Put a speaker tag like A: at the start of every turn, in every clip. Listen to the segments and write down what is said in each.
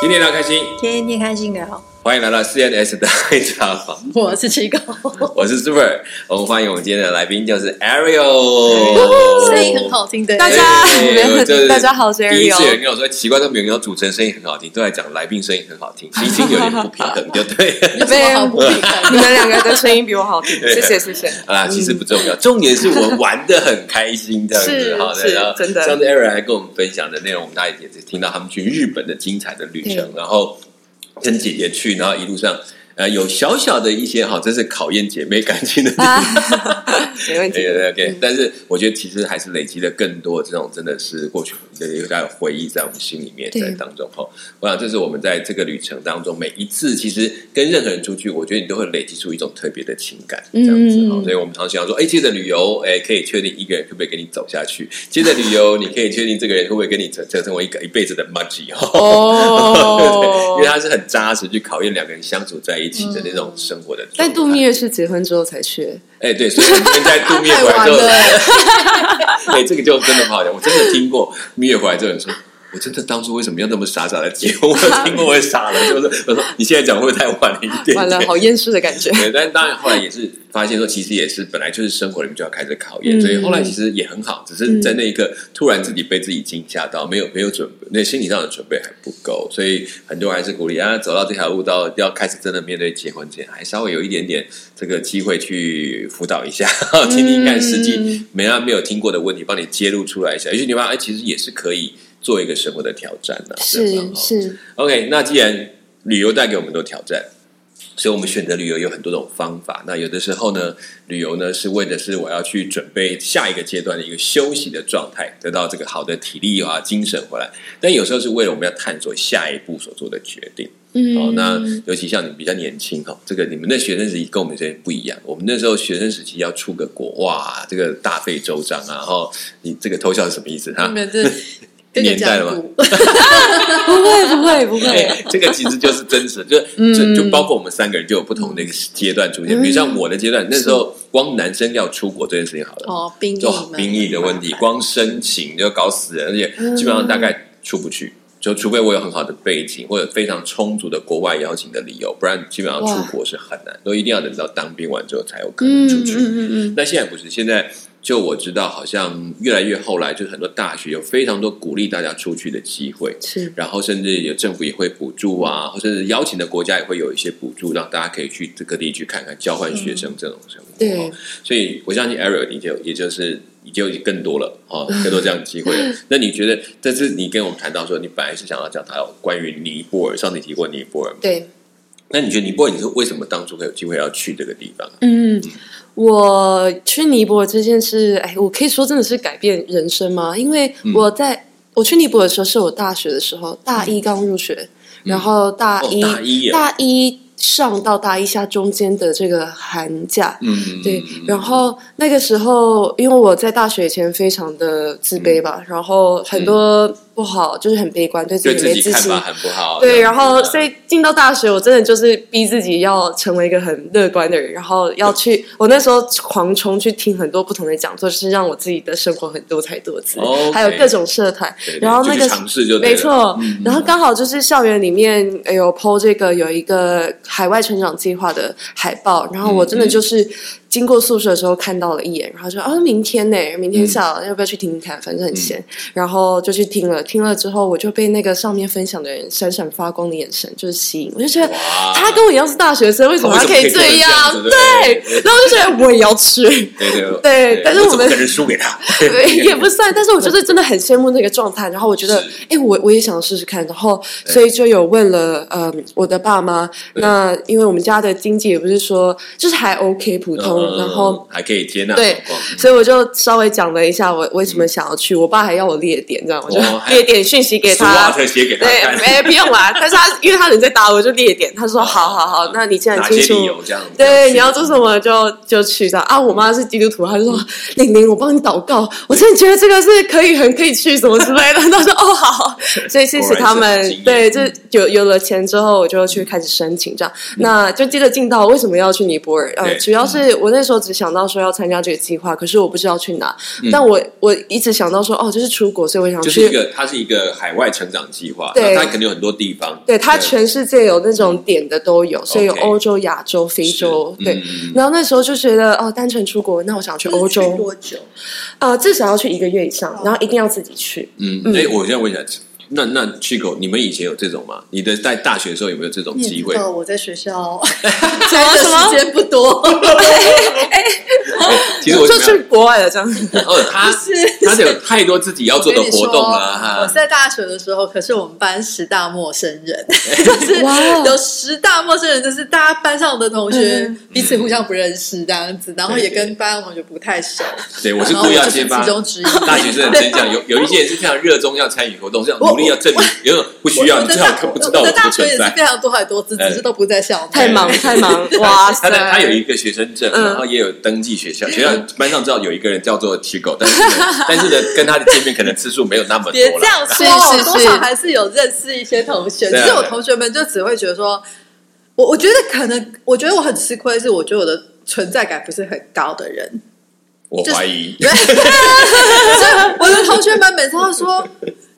A: 今天聊开心，
B: 天天开心聊，
A: 欢迎来到 CNS 的爱茶房，
B: 我是七狗，
A: 我是 Super，我们欢迎我们今天的来宾就是 Ariel，
B: 声音很好听的，
C: 大家
A: 哎我就是
C: 大家好 我是 Ariel
A: 第一次有人跟我说奇怪，都没有人说主持人声音很好听，都在讲来宾声音很好听，心情有点不平衡，就对了。
B: 有什么好不平衡
C: 你们两个的声音比我好听，
A: 对
C: 谢谢谢谢。
A: 啊，其实不重要，重点是我们玩的很开心，这样子
C: 是
A: 哈。
C: 是
A: 然后
C: 真的
A: 上次 Aaron 还跟我们分享的内容，我们大家也听到他们去日本的精彩的旅程，然后跟姐姐去，然后一路上呃有小小的一些哈，真是考验姐妹感情的地方。
C: 没问题。
A: 对 OK，但是我觉得其实还是累积了更多这种真的是过去的一个回忆在我们心里面
C: 对
A: 在当中哈。我想这是我们在这个旅程当中每一次其实跟任何人出去，我觉得你都会累积出一种特别的情感这
C: 嗯
A: 样子哈。
C: 嗯
A: 所以我们常常说，哎，接着旅游，哎，可以确定一个人会不会跟你走下去；接着旅游，你可以确定这个人会不会跟你成成成为一个一辈子的 m u d g y 哈。
B: 哦
C: 哦
A: 对，因为，他是很扎实去考验两个人相处在一起的那种生活的状态。
C: 但度蜜月是结婚之后才去，
A: 哎，对，所以我们在度蜜月回来之 后， 对，这个就真的不好讲。我真的听过蜜月回来之后人说。我真的当初为什么要那么傻傻的结婚？我听过我也傻了，就是我说你现在讲会不会太晚了一点点？
C: 完了好厌世的感觉。
A: 对，但当然后来也是发现说，其实也是本来就是生活里面就要开始考验，
C: 嗯
A: 所以后来其实也很好，只是在那一刻突然自己被自己惊吓到，没有没有准备，那心理上的准备还不够，所以很多人还是鼓励啊，走到这条路到要开始真的面对结婚之前，还稍微有一点点这个机会去辅导一下， 听听看实
C: 嗯
A: 际没啊没有听过的问题，帮你揭露出来一下，也许你发现哎，其实也是可以做一个生活的挑战的、对吧哦
C: 是，
A: OK，那既然旅游带给我们很多挑战，所以我们选择旅游有很多种方法。那有的时候呢，旅游呢是为的是我要去准备下一个阶段的一个休息的状态，得到这个好的体力啊、精神回来。但有时候是为了我们要探索下一步所做的决定。
C: 嗯
A: 哦，那尤其像你们比较年轻哈、哦，这个你们的学生时期跟我们这些不一样。我们那时候学生时期要出个国，哇，这个大费周章啊！然、后你这个偷笑是什么意思哈？
B: 你们这跟人
A: 年代
B: 家
A: 了吗
B: 不，
C: 不会不会不会，
A: 这个其实就是真实，就
B: 嗯
A: 就就包括我们三个人就有不同的一个阶段出现。比如像我的阶段，那时候光男生要出国这件事情好了，
B: 哦，兵役
A: 就
B: 嘛，嗯
A: 兵役的问题，光申请就搞死人，而且基本上大概出不去。就除非我有很好的背景或者非常充足的国外邀请的理由，不然基本上出国是很难，都一定要等到当兵完之后才有可能出去。
C: 嗯嗯
A: 那现在不是，现在就我知道，好像越来越后来，就是很多大学有非常多鼓励大家出去的机会，
C: 是
A: 然后甚至有政府也会补助啊，或者是邀请的国家也会有一些补助，让大家可以去各地去看看交换学生这种生活。
C: 对
A: 所以我相信 Ariel，你就也就是你就更多了 哦，更多这样的机会了。那你觉得这次你跟我们谈到说，你本来是想要讲到关于尼泊尔，上次你提过尼泊尔嘛？
C: 对，
A: 那你觉得尼泊尔，你是为什么当初会有机会要去这个地方？
C: 嗯，我去尼泊尔这件事，哎，我可以说真的是改变人生吗？因为
A: 嗯
C: 我在、我去尼泊尔的时候，是我大学的时候，大一刚入学，然后大一、
A: 嗯哦大一耶
C: 大一上到大一下中间的这个寒假，
A: 嗯，
C: 对，然后那个时候，因为我在大学以前非常的自卑吧，然后很多不好，就是很悲观，对自
A: 嗯对
C: 己
A: 自
C: 没
A: 己
C: 自
A: 看
C: 信
A: 法。很不好。
C: 对，
A: 这样
C: 然
A: 子
C: 后
A: 嗯
C: 所以进到大学，我真的就是逼自己要成为一个很乐观的人，然后要去，我那时候狂冲去听很多不同的讲座，就是让我自己的生活很多才多姿
A: 哦 OK
C: 还有各种社团
A: 对。对
C: 然后
A: 就
C: 那
A: 去
C: 个
A: 尝试就对
C: 没
A: 了嗯
C: 错，然后刚好就是校园里面呃有 PO 这个有一个海外成长计划的海报，然后我真的就是经过宿舍的时候看到了一眼，然后说啊，明天呢，明天下午要不要去听听看？反正很闲，然后就去听了，听了之后我就被那个上面分享的人闪闪发光的眼神就是吸引，我就觉得
A: 哇
C: 他跟我一样是大学生，为什么他可以这样？
A: 他为什么可以这样
C: 对，然后我就觉得我也要去。
A: 对对
C: 对但是我们
A: 怎么可能输给他？
C: 对，也不算，但是我就是真的很羡慕那个状态。然后我觉得
A: 是，
C: 哎，我我也想试试看。然后，所以就有问了，呃，我的爸妈。那因为我们家的经济也不是说，就是还 OK 普通。
A: 嗯
C: 然后，
A: 还可以接纳
C: 对
A: 状况，
C: 所以我就稍微讲了一下我为什么想要去。我爸还要我列点，这样我就
A: 哦还
C: 列点讯息给
A: 苏瓦
C: 他。
A: 特写给他
C: 对，
A: 看，
C: 哎
A: 哦
C: 没不用啦。但是他因为他人在打我，我就列点。他说：“好好好，那你既然
A: 哪
C: 清
A: 些
C: 楚
A: 理由这样？
C: 对，你要做什么就就去这样啊！我妈是基督徒，她就说：“玲玲，我帮你祷告，我真的觉得这个是可以很可以去什么之类的。” 她说：“哦，好。”所以谢谢他
A: 果然是有
C: 们
A: 经。验嗯
C: 对，就有有了钱之后，我就去开始申请这样。那就接着进到为什么要去尼泊尔？呃，
A: 对嗯
C: 主要是我那时候只想到说要参加这个计划，可是我不知道去哪。但我我一直想到说，哦，就是出国，所以我想
A: 嗯就
C: 去。
A: 是一个，它是一个海外成长计划，
C: 对
A: 那它肯定有很多地方，
C: 对，它全世界有那种点的都有，所以有
A: OK
C: 欧洲、亚洲、非洲。
A: 是
C: 对，
A: 嗯
C: 然后那时候就觉得哦，单纯出国，那我想去欧
B: 就是去
C: 洲，
B: 多久？
C: 呃，至少要去一个月以上，然后一定要自己去。
A: 嗯，哎、我现在问一下，那那 Chico，你们以前有这种吗？你的在大学的时候有没有这种
B: 你
A: 机
B: 也啊
A: 会
B: 知？道我在学校
C: 什么
B: 待的时间不多，
A: 哎其实我
C: 就
A: 觉
C: 去
A: 得，
C: 国外了，这样。
A: 哦，他他有太多自己要做的活动了
B: 我
A: 哈。
B: 在大学的时候，可是我们班十大陌生人，
C: 哇哦
B: 有十大陌生人，就是大家班上的同学
C: 嗯
B: 彼此互相不认识这样子，然后也
A: 对对
B: 跟班上同学不太熟，
A: 对，我是
B: 然
A: 故
B: 后
A: 意
B: 哦
A: 要
B: 我就是
A: 揭发
B: 其中之一。
A: 大学生的真相。有有一些人是非常热衷要参与活动，是要努力要证明，有种不需要，
B: 我
A: 你
B: 的
A: 最
B: 大
A: 好可不知道
B: 我的
A: 这
B: 大
A: 个
B: 学也
A: 存
B: 是
A: 在。
B: 非常多才多姿，只
A: 哎
B: 是都不在校内。
C: 太忙太 忙，哇塞！
A: 他的他有一个学生证，
C: 嗯
A: 然后也有登记学校，学校班上知道有一个人叫做 Chico，但是呢但是呢，跟他的见面可能次数没有那么多
B: 别这
A: 了。
B: 样说，
C: 是是
B: 多少还是有认识一些同学，
A: 对
B: 只
A: 啊
B: 是我同学们就只会觉得说，我我觉得可能，我觉得我很吃亏，是我觉得我的存在感不是很高的 人，
A: 我怀疑，
B: 对，所以我的同学们每次都说。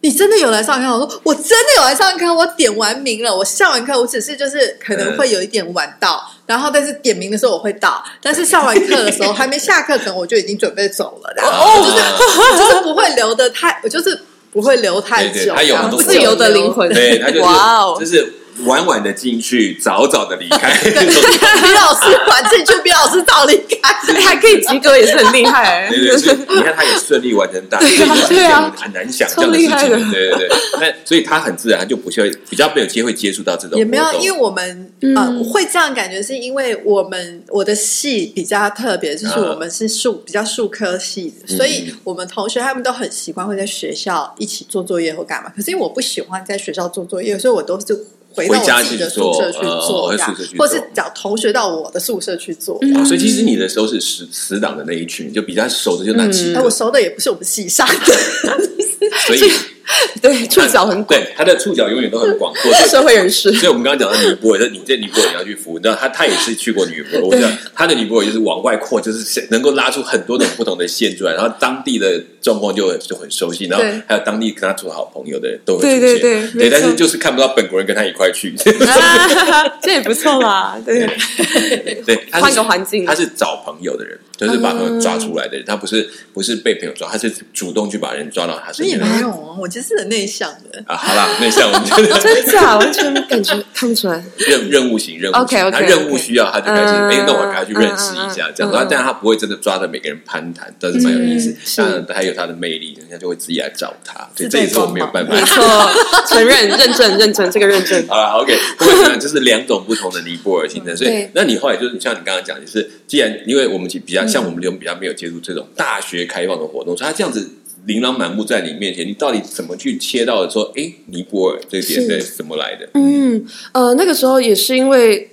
B: 你真的有来上课？我说我真的有来上课，我点完名了。我上完课，我只是就是可能会有一点晚到， 然后但是点名的时候我会到，但是上完课的时候还没下课，可能我就已经准备走了。 然后
A: 哦，
B: 就是不会留的太，我就是不会留太
A: 对
B: 久
A: 对，他有
B: 然后
A: 很多
C: 自由的灵魂，
A: 对他
C: 哇
A: 就
C: 哦
A: 是就是晚晚的进去，早早的离开。
B: 李老师管进去，比老师早离开。
C: 哎还可以及格，也是很厉害。
A: 对对，所以你看他也顺利完成大学，
C: 对啊
A: 这
C: 对
A: 个
C: 啊
A: 很难想象的事
C: 超厉害
A: 情。
C: 的
A: 对对对，那所以他很自然，他就不会比较没有机会接触到这种活动。
B: 也没有，因为我们呃
C: 嗯
B: 会这样感觉，是因为我们我的系比较特别，就是
A: 嗯
B: 我们是数比较数科系的，
A: 嗯
B: 所以我们同学他们都很习惯会在学校一起做作业或干嘛。可是因为我不喜欢在学校做作业，所以我都是回到
A: 回家
B: 我自己的
A: 去做
B: 宿舍去
A: 呃
B: 做，
A: 回
B: 这样
A: 宿舍去
B: 或是
A: 做
B: 找同学到我的宿舍去做。
C: 嗯
A: 哦，所以其实你的时候是死死党的那一群，就比较熟的就那几
C: 嗯
B: 那
A: 个
B: 哎我，熟的也不是我们系上的，
A: 嗯所以
C: 对， 触角很广，
A: 对他的触角永远都很广 阔。
C: 社会人士。
A: 所以我们刚刚讲到尼泊尔，那你这尼泊尔你要去服务，那他他也是去过尼泊尔，我知 道他的尼泊尔就是往外扩，就是能够拉出很多种不同的线出来，然后当地的状况就就很熟悉，然后
C: 对
A: 还有当地跟他做好朋友的人都会出现，
C: 对对对没错
A: 但是就是看不到本国人跟他一块 去，
C: 啊这也不错啦，对，
A: 对，他是
C: 换个环境嗯
A: 他是找朋友的人，就是把朋友抓出来的人，他不是不是被朋友抓，他是主动去把人抓到他身
B: 也
A: 边的
B: 没
A: 人
B: 有啊，我就是很内向的。
A: 啊。好啦，那像我 们就是
C: 真假完全感觉看不出来。
A: 任任务型任务型
C: OK，OK，
A: 他任务需要他就开始，
C: 嗯
A: 哎、那我赶快去认识一下
C: 嗯
A: 这样
C: 嗯
A: 子。
C: 嗯
A: 但他不会真的抓着每个人攀谈，但是蛮有意思
C: 嗯。是
A: 那、还有他的魅力，人家就会自己来找他，所以
B: 自
A: 这
B: 带
A: 也是我没有办法。
C: 没错，承认、认证、认证，这个认证。
A: 好了，OK，不过呢，就是两种不同的尼泊尔行程，所以
C: 对嗯
A: 那你后来就是像你刚刚讲，你是既然因为我们比较像我们这种比较没有接触这种大学开放的活动，所以他这样子琳琅满目在你面前，你到底怎么去切到的说，哎，尼泊尔这点
B: 是
A: 对怎么来的？
C: 嗯，呃，那个时候也是因为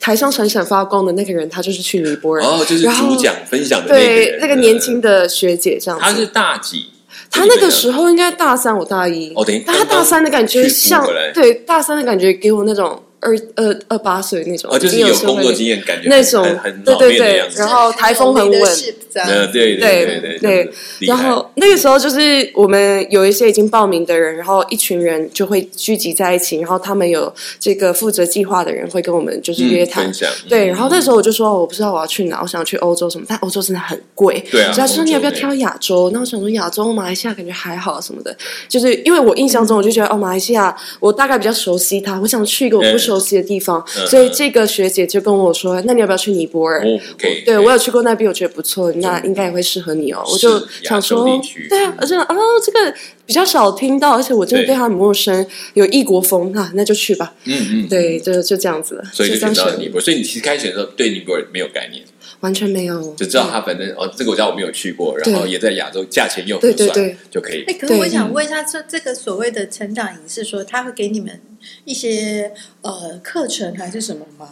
C: 台上闪闪发光的那个人，他就是去尼泊尔，
A: 然后哦就是
C: 然后
A: 主讲分享的那个
C: 对
A: 人，
C: 那个年轻的学姐这样
A: 他是
C: 子。
A: 大几？
C: 他那个时候应该大三，我大一。
A: 哦等于
C: 但他大三的感觉像
A: 去读回来，
C: 对大三的感觉给我那种二二二八岁那种，
A: 哦，就是
C: 已经
A: 有
C: 社
A: 工
C: 会
A: 作经验，感觉
C: 那种
A: 很很很
C: 对
A: 老练
C: 对
A: 的样
C: 对，
A: 子。
C: 然后台风很稳，
B: Leadership 这样
A: 呃，对对
C: 对
A: 对
C: 对
A: 对，
C: 然后那个时候就是我们有一些已经报名的人，然后一群人就会聚集在一起，然后他们有这个负责计划的人会跟我们就是约
A: 嗯
C: 谈。
A: 分享，
C: 对，然后那时候我就说我不知道我要去哪，我想去欧洲什么，但欧洲真的很贵。
A: 对啊
C: 只要说你要不要
A: 欧洲
C: 挑亚洲，那我想说亚洲马来西亚感觉还好什么的，就是因为我印象中我就觉得哦马来西亚我大概比较熟悉它，我想去一个我不熟悉的地方，
A: 嗯
C: 所以这个学姐就跟我说，那你要不要去尼泊尔？
A: 哦 OK，
C: 对我有去过那边，我觉得不错，那应该也会适合你哦。我就想
A: 亚洲
C: 说
A: 地区，
C: 对啊，而且哦，这个比较少听到，而且我真的
A: 对
C: 对它很陌生，有异国风啊，那就去吧。
A: 嗯嗯，
C: 对，就就这样子了，
A: 所以就
C: 就这
A: 选
C: 样
A: 到了
C: 选，
A: 尼泊尔。所以你其实开始的时候对尼泊尔没有概念，
C: 完全没有
A: 就知道它反正哦，这个国家我没有去过，然后
C: 嗯对
A: 也在亚洲，价钱又
C: 对
A: 很
C: 对
A: 算
C: 对，
A: 就可以
B: 哎、。可是我
C: 对嗯
B: 想问一下，这这个所谓的成长营是说，他会给你们一些呃课程还是什么吗？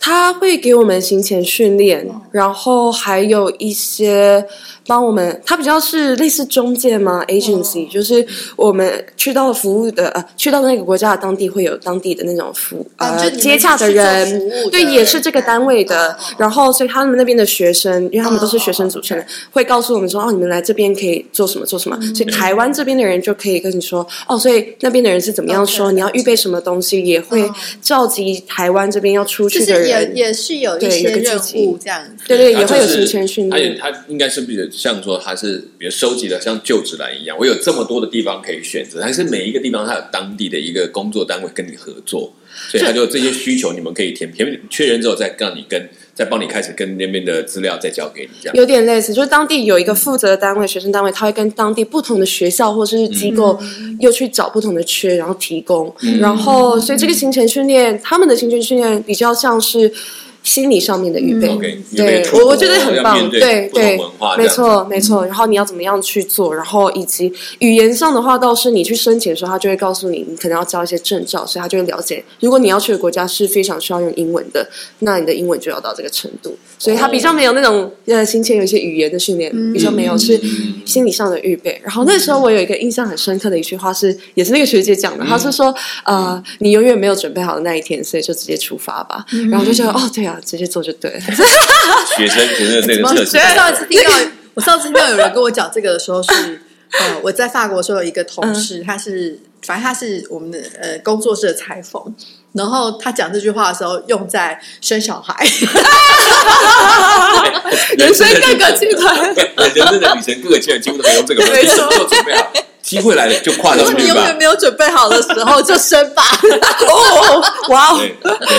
C: 他会给我们行前训练
B: 哦，
C: 然后还有一些帮我们，他比较是类似中介吗？agency，、就是
B: 哦
C: 我们去到服务的呃，去到那个国家的当地会有当地的那种服
B: 啊
C: 呃
B: 就你们
C: 接洽的
B: 是做服务
C: 人，
B: 的
C: 对，也是这个单位
B: 嗯
C: 的
B: 嗯嗯。
C: 然后，所以他们那边的学生，因为他们都是学生组成的
B: 嗯，
C: 会告诉我们说，哦，你们来这边可以做什么做什么。所以台湾这边的人就可以跟你说，哦，所以那边的人是怎么样说，
B: OK，
C: 你要预备什么东西，也会
B: 嗯
C: 召集台湾这边要出
B: 就
C: 去的
B: 是也
C: 人。
B: 也是有一
C: 对
B: 些
C: 有个
B: 任
C: 自己
B: 务这样子，
C: 对对，
A: 他
C: 也会有
A: 啊就是
C: 行前训
A: 他也
C: 练。
A: 他应该是比如像说他是比如收集的像就职栏一样，我有这么多的地方可以选择，但是每一个地方它有当地的一个工作单位跟你合作，所以他就这些需求你们可以填填确认之后再让你跟再帮你开始跟那边的资料再交给你这样。
C: 有点类似，就是当地有一个负责的单位，学生单位，他会跟当地不同的学校或是机构，又去找不同的缺，然后提供。然后，所以这个行前训练，他们的行前训练比较像是心理上面的预备。
A: OK，有没有
C: 嗯对，
A: 突破
C: 我我觉得很
A: 要
C: 棒，
A: 面
C: 对
A: 不同
C: 对
A: 文化，这
C: 没
A: 样子
C: 错没错。然后你要怎么样去做，然后以及语言上的话，倒是你去申请的时候，他就会告诉你，你可能要交一些证照，所以他就会了解，如果你要去的国家是非常需要用英文的，那你的英文就要到这个程度。所以他比较没有那种呃，行前有一些语言的训练，比较没有是
A: 嗯
C: 心理上的预备。然后那时候我有一个印象很深刻的一句话是，也是那个学姐讲的，
A: 嗯
C: 她是说呃，你永远没有准备好的那一天，所以就直接出发吧。然后就觉得哦，对啊，直接做就对了。
A: 学生学生的 这个
B: 我
A: 测试，
B: 上次听到，我上次听到有人跟我讲这个的时候是，呃，我在法国的时候有一个
C: 嗯
B: 同事，他是反正他是我们的呃工作室的裁缝，然后他讲这句话的时候用在生小孩，
C: 人生各个阶 段。
A: 对人生的旅程各个阶段几乎都可以用这个方式，
C: 没错
A: 做准备好，机会来了就跨
B: 就
A: 上
B: 是你
A: 去
B: 永
A: 吧
B: 远。没有准备好的时候就生吧。 哦，
C: 哇哦！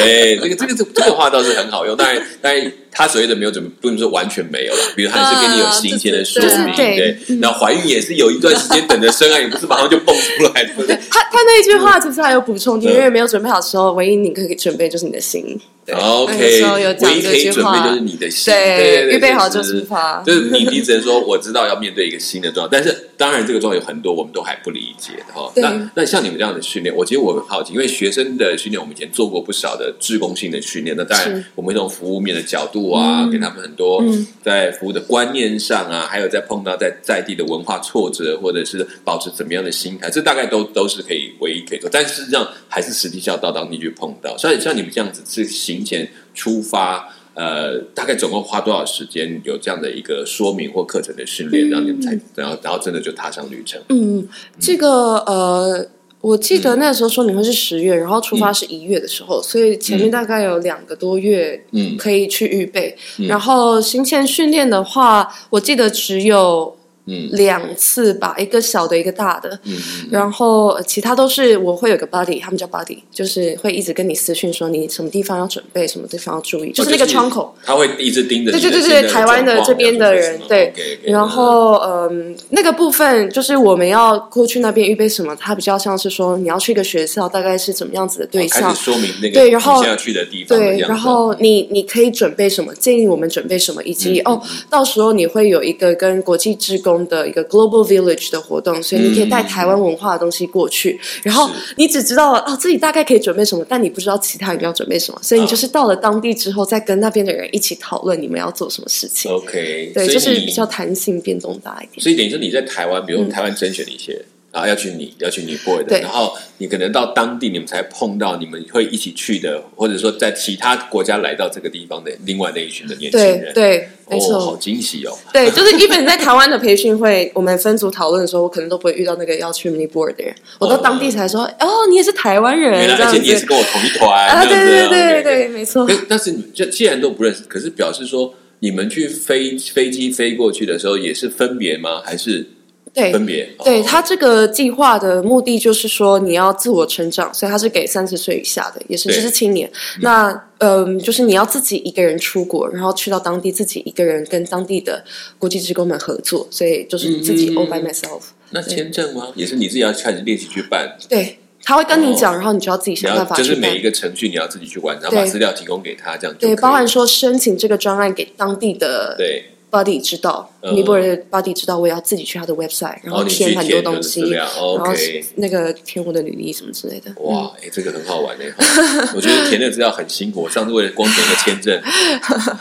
A: 对，对，这个这个这个这个话倒是很好用。当然，当然，他所谓的没有准备，不能说完全没有了。比如他也是给你有新鲜的说明，
C: 啊对
A: 对。然后怀孕也是有一段时间等着生啊，也不是马上就蹦出来的。
C: 他他那一句话其实还有补充，
A: 嗯
C: 你永远没有准备好的时候，唯一你可以准备就是你的心。那个
A: OK，
C: 时候有讲
A: 唯一
C: 这
A: 可以
C: 句
A: 准备
C: 话
A: 就是你的心，
C: 对
A: 对对，
C: 预备好
A: 就
C: 就是出发
A: 就是你，你只能 说我知道要面对一个新的状态，但是当然这个状态有很多我们都还不理解的哈。
C: 对
A: 那那像你们这样的训练，我其实我很好奇，因为学生的训练我们以前做过不少的志工性的训练，那当然
C: 是
A: 我们从服务面的角度啊，给他们很多在服务的观念上啊，还有在碰到在在地的文化挫折，或者是保持怎么样的心态，这大概都都是可以唯一可以做，但事实上还是实际上到当地去碰到。像像你们这样子是行前出发。呃，大概总共花多少时间有这样的一个说明或课程的训练，让你们才然后然后真的就踏上旅程？
C: 嗯，这个呃，我记得那时候说你会是十月，然后出发是一月的时候，所以前面大概有两个多月
A: 嗯
C: 可以去预备。然后行前训练的话，我记得只有
A: 嗯
C: 两次吧，一个小的，一个大的。
A: 嗯
C: 然后呃其他都是我会有个 buddy，他们叫 buddy，就是会一直跟你私讯说你什么地方要准备，什么地方要注意，就是
A: 哦
C: 那个窗口。，
A: 他会一直盯着你的
C: 对
A: 现
C: 对
A: 在
C: 对
A: 的状况。
C: 对，台湾的这边的人对
A: OK，OK，，
C: 然后嗯，那个部分就是我们要过去那边预备什么，它比较像是说你要去一个学校，大概是怎么样子的
A: 嗯
C: 对
A: 哦开
C: 象
A: 始，说明那个
C: 对然后
A: 你现在要去的地方的
C: 对，
A: 样子
C: 然后你你可以准备什么？建议我们准备什么？以及、
A: 嗯
C: 哦，到时候你会有一个跟国际职工的一个 Global Village 的活动，所以你可以带台湾文化的东西过去。
A: 嗯
C: 然后你只知道哦自己大概可以准备什么，但你不知道其他人要准备什么，所以你
A: 嗯
C: 就是到了当地之后，再跟那边的人一起讨论你们要做什么事情。
A: OK，
C: 对，
A: 所以
C: 就是
A: 你
C: 比较弹性变动大一点。
A: 所以等于说你在台湾，比如台湾甄选一些，然后要去你要去尼泊尔的，
C: 对
A: 然后你可能到当地你们才碰到你们会一起去的，或者说在其他国家来到这个地方的另外那一群的年轻
C: 对
A: 人，
C: 对，没
A: 哦，
C: 错。
A: 好惊喜哦！
C: 对，就是一本在台湾的培训会，我们分组讨论的时候，我可能都不会遇到那个要去尼泊尔的人，我到当地才说，哦，你也是台湾人
A: 原来
C: 这
A: 而
C: 样
A: 且你也是
C: 子
A: 跟我同一团
C: 啊，
A: 这
C: 对
A: 样子
C: 对
A: 啊
C: 对
A: OK，OK
C: 对，没错
A: 可。是但是你这既然都不认识，可是表示说你们去飞飞机飞过去的时候也是分别吗？还是
C: 对
A: 分别？
C: 对
A: 哦
C: 他这个计划的目的就是说你要自我成长，所以他是给三十岁以下的，也是
A: 对
C: 就是青年。那嗯、就是你要自己一个人出国，然后去到当地自己一个人跟当地的国际职工们合作，所以就是自己
A: 嗯
C: all by myself。
A: 那签证吗？也是你自己要开始练习去办，
C: 对，他会跟你讲，
A: 哦
C: 然后你就要自己
A: 你
C: 想
A: 要
C: 办法
A: 就是
C: 去办
A: 每一。个程序你要自己去完，然后把
C: 对
A: 资料提供给他，这样就
C: 对，
A: 可以
C: 包含
A: 了
C: 说申请这个专案给当地的
A: 对
C: body 知道，
A: 嗯
C: 尼泊尔的 body 知道，我也要自己去他的 website，然
A: 然后
C: 后
A: 你去
C: 填很
A: 填
C: 多
A: 你的
C: 东
A: 资
C: 西，
A: 料哦
C: 然后
A: ，OK。
C: 那个填我的履历什么之类 的。
A: 哇，哎、这个很好玩哎、 我觉得填那个资料很辛苦，我上次为了光填个签 证，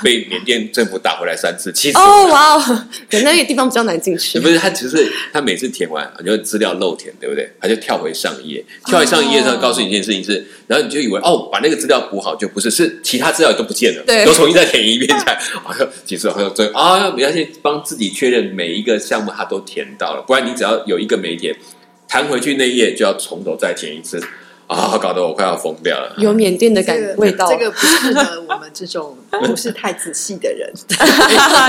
A: 被缅甸政府打回来三次，气死我了
C: 哦，哇哦， 对，那个地方比较难进去
A: 不。是他，只是他每次填完，你就资料漏填，对不对？他就跳回上一页，跳回上一页上
C: 哦
A: 告诉你一件事情是，然后你就以为哦，把那个资料补好就不是，是其他资料都不见了，
C: 对
A: 都重新再填一遍才。好像几次好像最啊，你要先帮自己确认每一个项目他都填到了，不然你只要有一个没填，弹回去那一页就要从头再填一次啊，搞得我快要疯掉了。
C: 有缅甸的感
B: 这个
C: 味道，
B: 这个不适合我们这种不是太仔细的人。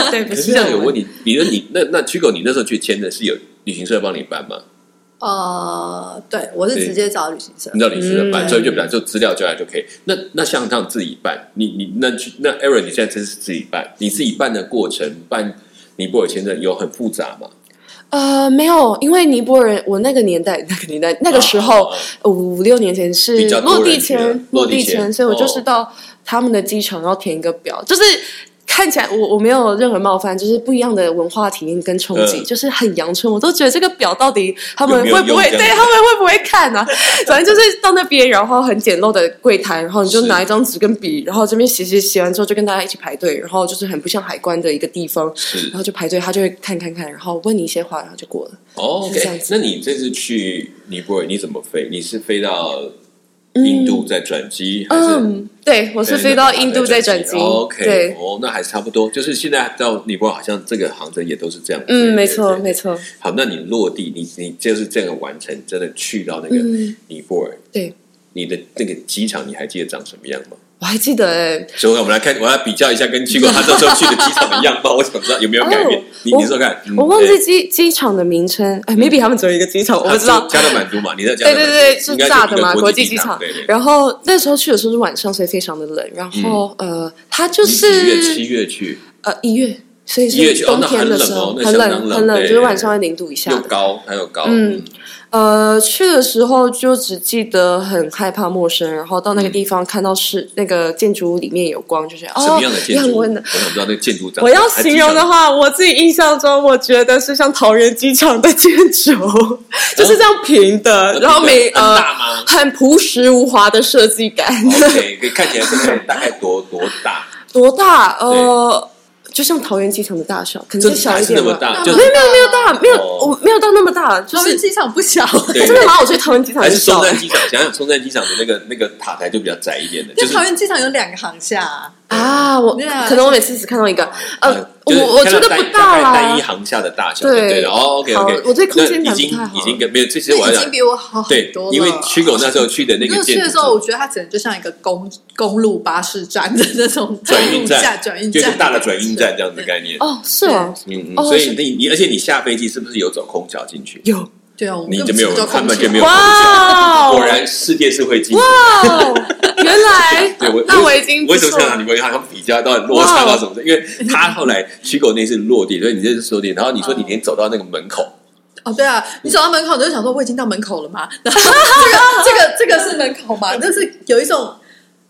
C: 对，不
A: 可
C: 是哦
A: 是这样有问
C: 题。
A: 题，比如你那那曲狗，你那时候去签的是有旅行社帮你办吗？
B: 呃，对我是直接找旅行社
A: 你，知道临时的办，
C: 嗯
A: 所以就本来就资料交来就可以。那那像这样自己办，你你那去那 Aaron，你现在真是自己办，你自己办的过程办尼泊尔签证有很复杂嘛？
C: 呃，没有，因为尼泊尔，我那个年代，那个年代，那个时候
A: 啊
C: 呃五六年前是
A: 比较多人
C: 落地
A: 去的
C: 签，
A: 落
C: 落
A: 地
C: 地
A: 签
C: 签，所以我就是
A: 哦
C: 到他们的机场，然后填一个表，就是。看起来我我没有任何冒犯，就是不一样的文化体验跟冲击，
A: 嗯
C: 就是很阳春。我都觉得这个表到底他们
A: 有没有
C: 会不会
A: 用这
C: 对
A: 样
C: 他们会不会看啊？反正就是到那边，然后很简陋的柜台，然后你就是拿一张纸跟笔，然后这边写写写完之后就跟大家一起排队，然后就是很不像海关的一个地方，
A: 是
C: 然后就排队，他就会看看看，然后问你一些话，然后就过了。
A: 哦
C: 是这
A: ，OK
C: 样。子
A: 那你这次去尼泊尔你怎么飞？你是飞到印度再转机，还是？
C: 嗯，对，我
A: 对
C: 是飞到印度再转机。
A: OK，
C: 对，
A: 哦，那还差不多。就是现在到尼泊尔，好像这个航程也都是这样子。
C: 嗯，没错，
A: 对
C: 没错，
A: 好，那你落地，你你就是这样完成，真的去到那个
C: 嗯
A: 尼泊尔，
C: 对。
A: 你的那个机场，你还记得长什么样吗？
C: 我还记得哎、
A: 所以，我们来看，我要比较一下跟去过他这时候去的机场的样貌，我想知道有没有改变
C: 哦。
A: 你
C: 我
A: 你说看，嗯
C: 我忘记机机场的名称，哎，maybe 他们只有一个机场，我
A: 对
C: 不知道
A: 啊。加德满都嘛，你在加
C: 对
A: 德满
C: 对
A: 都
C: 对，
A: 应
C: 是
A: 该
C: 炸
A: 一
C: 的
A: 个
C: 嘛，
A: 国
C: 际
A: 机
C: 场
A: 对对。。
C: 然后那时候去的时候是晚上，所以非常的冷。然后呃，它就
A: 嗯你几月
C: 是
A: 七月去，
C: 呃一月，所以
A: 一月去
C: 是
A: 哦
C: 冬
A: 那
C: 天
A: 很
C: 的
A: 冷
C: 时
A: 哦
C: 候，
A: 那
C: 很
A: 相当冷
C: 很冷，
A: 对
C: 就是晚上会零度以下
A: 又
C: 的。
A: 高还有高，
C: 嗯，呃，去的时候就只记得很害怕陌生，然后到那个地方看到是、那个建筑物里面有光，就觉得
A: 什么
C: 哦
A: 样的，
C: 也
A: 建
C: 很
A: 筑？我啊
C: 温暖。
A: 想知道那个建筑长什么样。啊
C: 我要
A: 还记
C: 形容
A: 得
C: 的
A: 吗，
C: 话，我自己印象中，我觉得是像桃园机场的建筑， 就是这样平的，
A: 哦那
C: 然后
A: 比较
C: 每
A: 很
C: 呃
A: 大吗哦
C: 很朴实无华的设计感。
A: ？OK，可以哎看起来大概大概多多 大？
C: 多大？呃，就像桃园机场的大小，可能
A: 这
C: 再小一
A: 是那
C: 点
A: 么
C: 吧。
A: 大，
B: 那
A: 就
B: 么
C: 没有没有没有大，没有
A: 哦
C: 我没有到那么大，就
B: 桃园
C: 是哎
B: 机场不小，
A: 对
C: 真的拿我去桃园机场
A: 还是
C: 去找
A: 松山机场，想想松山机场的那个那个塔台就比较窄一点的，就
B: 但
A: 是
B: 桃园机场有两个航厦啊，
C: 啊，我
B: 对啊
C: 可能我每次只看到一个，呃，
A: 嗯就是
C: 我我
A: 看
C: 觉
A: 到
C: 得
A: 单
C: 不
A: 大
C: 大
A: 概单一
C: 啦，
A: 行下的大小，
C: 对
A: 对对的。哦，OK
C: 好
A: OK，
C: 我对空间
A: 已
C: 感
A: 经
C: 不太好
A: 已经跟没有，这其实我
B: 那
A: 要
B: 已
A: 讲
B: 经比我好
A: 对
B: 很多，了。
A: 因为曲狗那时候去的那
B: 那
A: 个
B: 个去
A: 建
B: 的时候，我
A: 筑。
B: 觉得它整个就像一个公公路巴士站的那种
A: 转运
B: 下
A: 站，
B: 转运
A: 就
B: 站，
A: 一个大的转运站这样子的概念。
C: 哦，是哦，
A: 嗯嗯，
C: 哦
A: 所以
C: 是
A: 你你，而且你下飞机是不是有走空桥进去？
C: 有
B: 对啊，我们
A: 你就
B: 根
A: 没
B: 本
A: 有
B: 不知道
A: 他们
B: 空气
A: 就没有空桥。
C: 哇，
A: 果然世界是会进步。
C: 哦哇哦，原来
A: 对我，
C: 那
A: 我
C: 我已经
A: 为
C: 不
A: 什么
C: 错
A: 想到
C: 了
A: 你跟他们比较到底落差到什么程度？因为他后来虚构那次落地，所以你这是落地，然后你说你连走到那个门口，
B: 哦，对啊，
A: 嗯
B: 你走到门口你就想说我已经到门口了吗？然后 这个这个这个是门口吗？就是有一种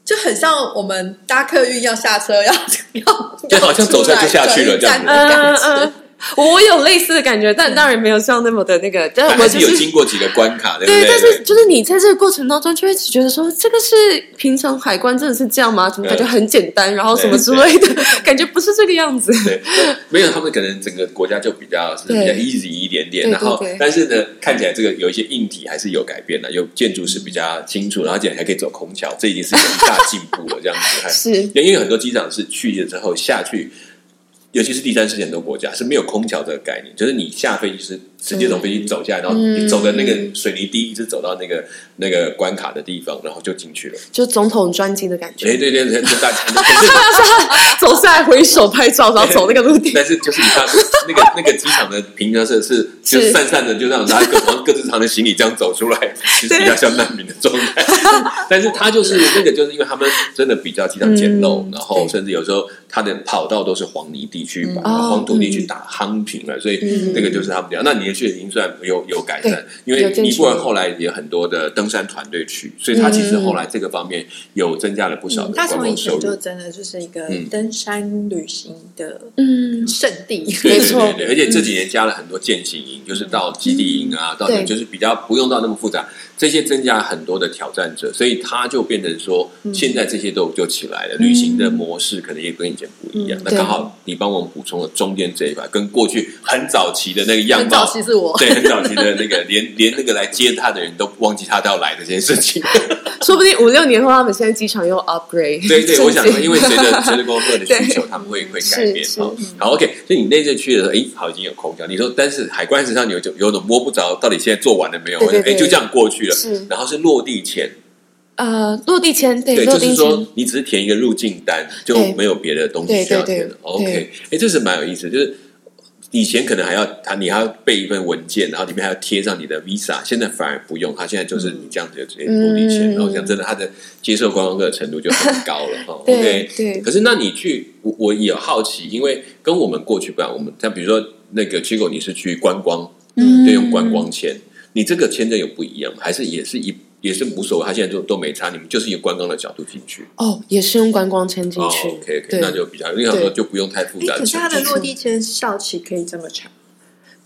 B: 就很像我们搭客运要下车要 要，
A: 就好像
B: 要出
A: 走下就下去了
B: 转运站
A: 这
B: 的
A: 样
B: 感
C: 嗯
B: 觉。
C: 嗯，我有类似的感觉，但当然没有像那么的那个，但呃我
A: 还
C: 就是
A: 有经过几个关卡，对不
C: 对，但是
A: 对？
C: 就是你在这个过程当中，就会觉得说，这个是平常海关真的是这样吗？怎么感觉
A: 对
C: 很简单，然后什么
A: 嗯对
C: 之类的，感觉不是这个样子。
A: 对，没有他们可能整个国家就比较是比
C: 对
A: 较 easy 一点点，
C: 对对
A: 然后
C: 对
A: 但是呢，看起来这个有一些硬体还是有改变的，有建筑是比较清楚，然后而且还可以走空桥，这已经是一个很大进步了，这样子。还
C: 是，
A: 因为很多机场是去了之后下去，尤其是第三世界很多国家是没有空桥这个概念，就是你下飞机是直接从飞机走下来，然后你走的那个水泥地一直走到那个那个关卡的地方，然后就进去了。
C: 就总统专机的感觉，
A: 哎，对对对，就大家，可是
C: 走下来挥手拍照，然后走那个陆地。
A: 但是就是你看那个那个机场的平常是是就是散散的，就让大家各各自藏的行李这样走出来，其实比较像难民的状态。 但是他就是那个，就是因为他们真的比较经常捡
B: 嗯
A: 漏，然后甚至有时候他的跑道都是黄泥地区，
B: 嗯
A: 把
C: 哦
A: 黄土地区打夯平了，所以那个就是他们讲。那你的确已经算有有改善，因为
C: 有进
A: 尼
C: 去
A: 泊尔后来也很多的登山团队去，所以他其实后来这个方面有增加了不少的
B: 嗯他
A: 观
B: 从以
A: 光收
B: 前就
A: 入。
B: 真的就是一个
A: 嗯
B: 登山旅行的
C: 嗯，
B: 圣 地，
A: 对
C: 没
A: 对
C: 错
A: 对对，而且这几年加了很多践行营，就是到基地营啊，到
C: 对
A: 就是比较不用到那么复杂，这些增加很多的挑战者，所以他就变成说，
B: 嗯
A: 现在这些都就起来了，旅行的模式可能也跟以前不一样
B: 嗯。
A: 那
C: 对
A: 刚好你帮我们补充了中间这一块，跟过去很早期的那个样
B: 很
A: 貌
B: 早，期是我，
A: 对，很早期的那个，连连那个来接他的人都忘记他要来的这件事情。
C: 说不定五六年后他们现在机场又 upgrade。
A: 对对，我想说，因为随 着随
C: 对
A: 着观光客的需求，他们会会改变
C: 是
A: 好，好，OK，所以你那次去的时候，诶，好，已经有空调。你说，但是海关实际上有种有种摸不着，到底现在做完了没有？
C: 对对
A: 诶
C: 对
A: 就这样过去了
C: 是。
A: 然后是落地前，
C: 呃，落地签对
A: 对，
C: 落
A: 就是
C: 地
A: 说
C: 签，
A: 你只是填一个入境单，就
C: 对
A: 没有别的东西需要
C: 对对
A: 填了
C: 对。
A: OK，
C: 对
A: 诶，这是蛮有意思，就是。以前可能还要他，你还要备一份文件，然后里面还要贴上你的 Visa。现在反而不用，他现在就是你这样子就直接落地签。
C: 嗯
A: 然后讲真的，他的接受观光客的程度就很高了。哦 OK，
C: 对对
A: 可是那你去，我我也好奇，因为跟我们过去不一样，我们像比如说那个 Chico，你是去观光，
B: 嗯
A: 就用观光签，你这个签证有不一样吗，还是也是一也是无所谓，他现在都都没差，你们就是以观光的角度进去。
C: 哦，也是用观光签进
A: 哦
C: 去。
A: ，OK OK，
C: 对
A: 那就比较，因为想说
C: 对
A: 就不用太复
B: 哎，
A: 杂
B: 可
A: 的
B: 是
A: 程
B: 他的
A: 序。
B: 落地签效期可以这么长，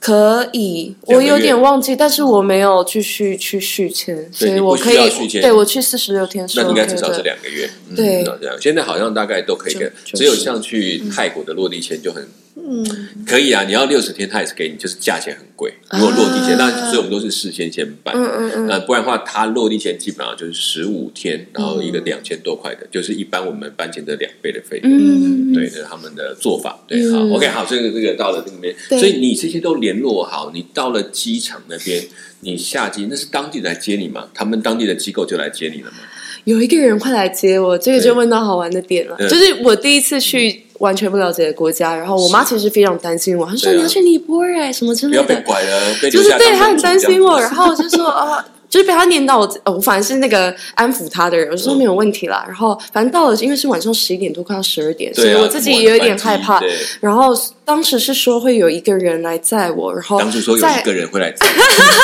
C: 可以，
A: 两
C: 我
A: 个月
C: 有点忘记，但是我没有继续去续签，所
A: 你
C: 以
A: 不
C: 我
A: 需
C: 可
A: 要
C: 以
A: 续签
C: 对我去四十六天是
A: 那应该
C: OK
A: 至少是
C: 的。
A: 两个月，嗯
C: 对
A: 那这样现在好像大概都可以给，
C: 就
A: 只有
C: 就是
A: 像去泰国的落地签就很
B: 嗯，
A: 可以啊，你要六十天，他也是给你，就是价钱很贵。如果落地签，
C: 啊
A: 那所以我们都是事先先办，
C: 嗯嗯嗯
A: 那不然的话，他落地签基本上就是十五天，然后一个两千多块的，就是一般我们办签的两倍的费用。
C: 嗯，
A: 对，这是他们的做法。对，好
C: 嗯
A: ，OK，好，这个这个到了这边，
C: 对
A: 所以你这些都联络好，你到了机场那边，你下机那是当地来接你吗？他们当地的机构就来接你了吗？
C: 有一个人会来接我，这个
A: 对
C: 就问到好玩的点了
A: 嗯，
C: 就是我第一次去完全不了解的国家，然后我妈其实非常担心我，她说
A: 对啊
C: 你要去尼泊尔哎什么之
A: 不
C: 类
A: 要被
C: 的，
A: 拐了，被
C: 就
A: 留
C: 是
A: 下
C: 对
A: 当
C: 她很
A: 人质
C: 担
A: 这样
C: 心我，
A: 子
C: 然后我就说啊。 就是被她念到我，呃我反正是 那个安抚她的人，我就说
A: 嗯
C: 没有问题啦。然后反正到了，因为是晚上十一点多，快要十二点，所
A: 对
C: 以
A: 啊，
C: 我自己也有点害怕。
A: 对
C: 然后当时是说会有一个人来载我，然后
A: 当初说有一
C: 载
A: 个人会来载你，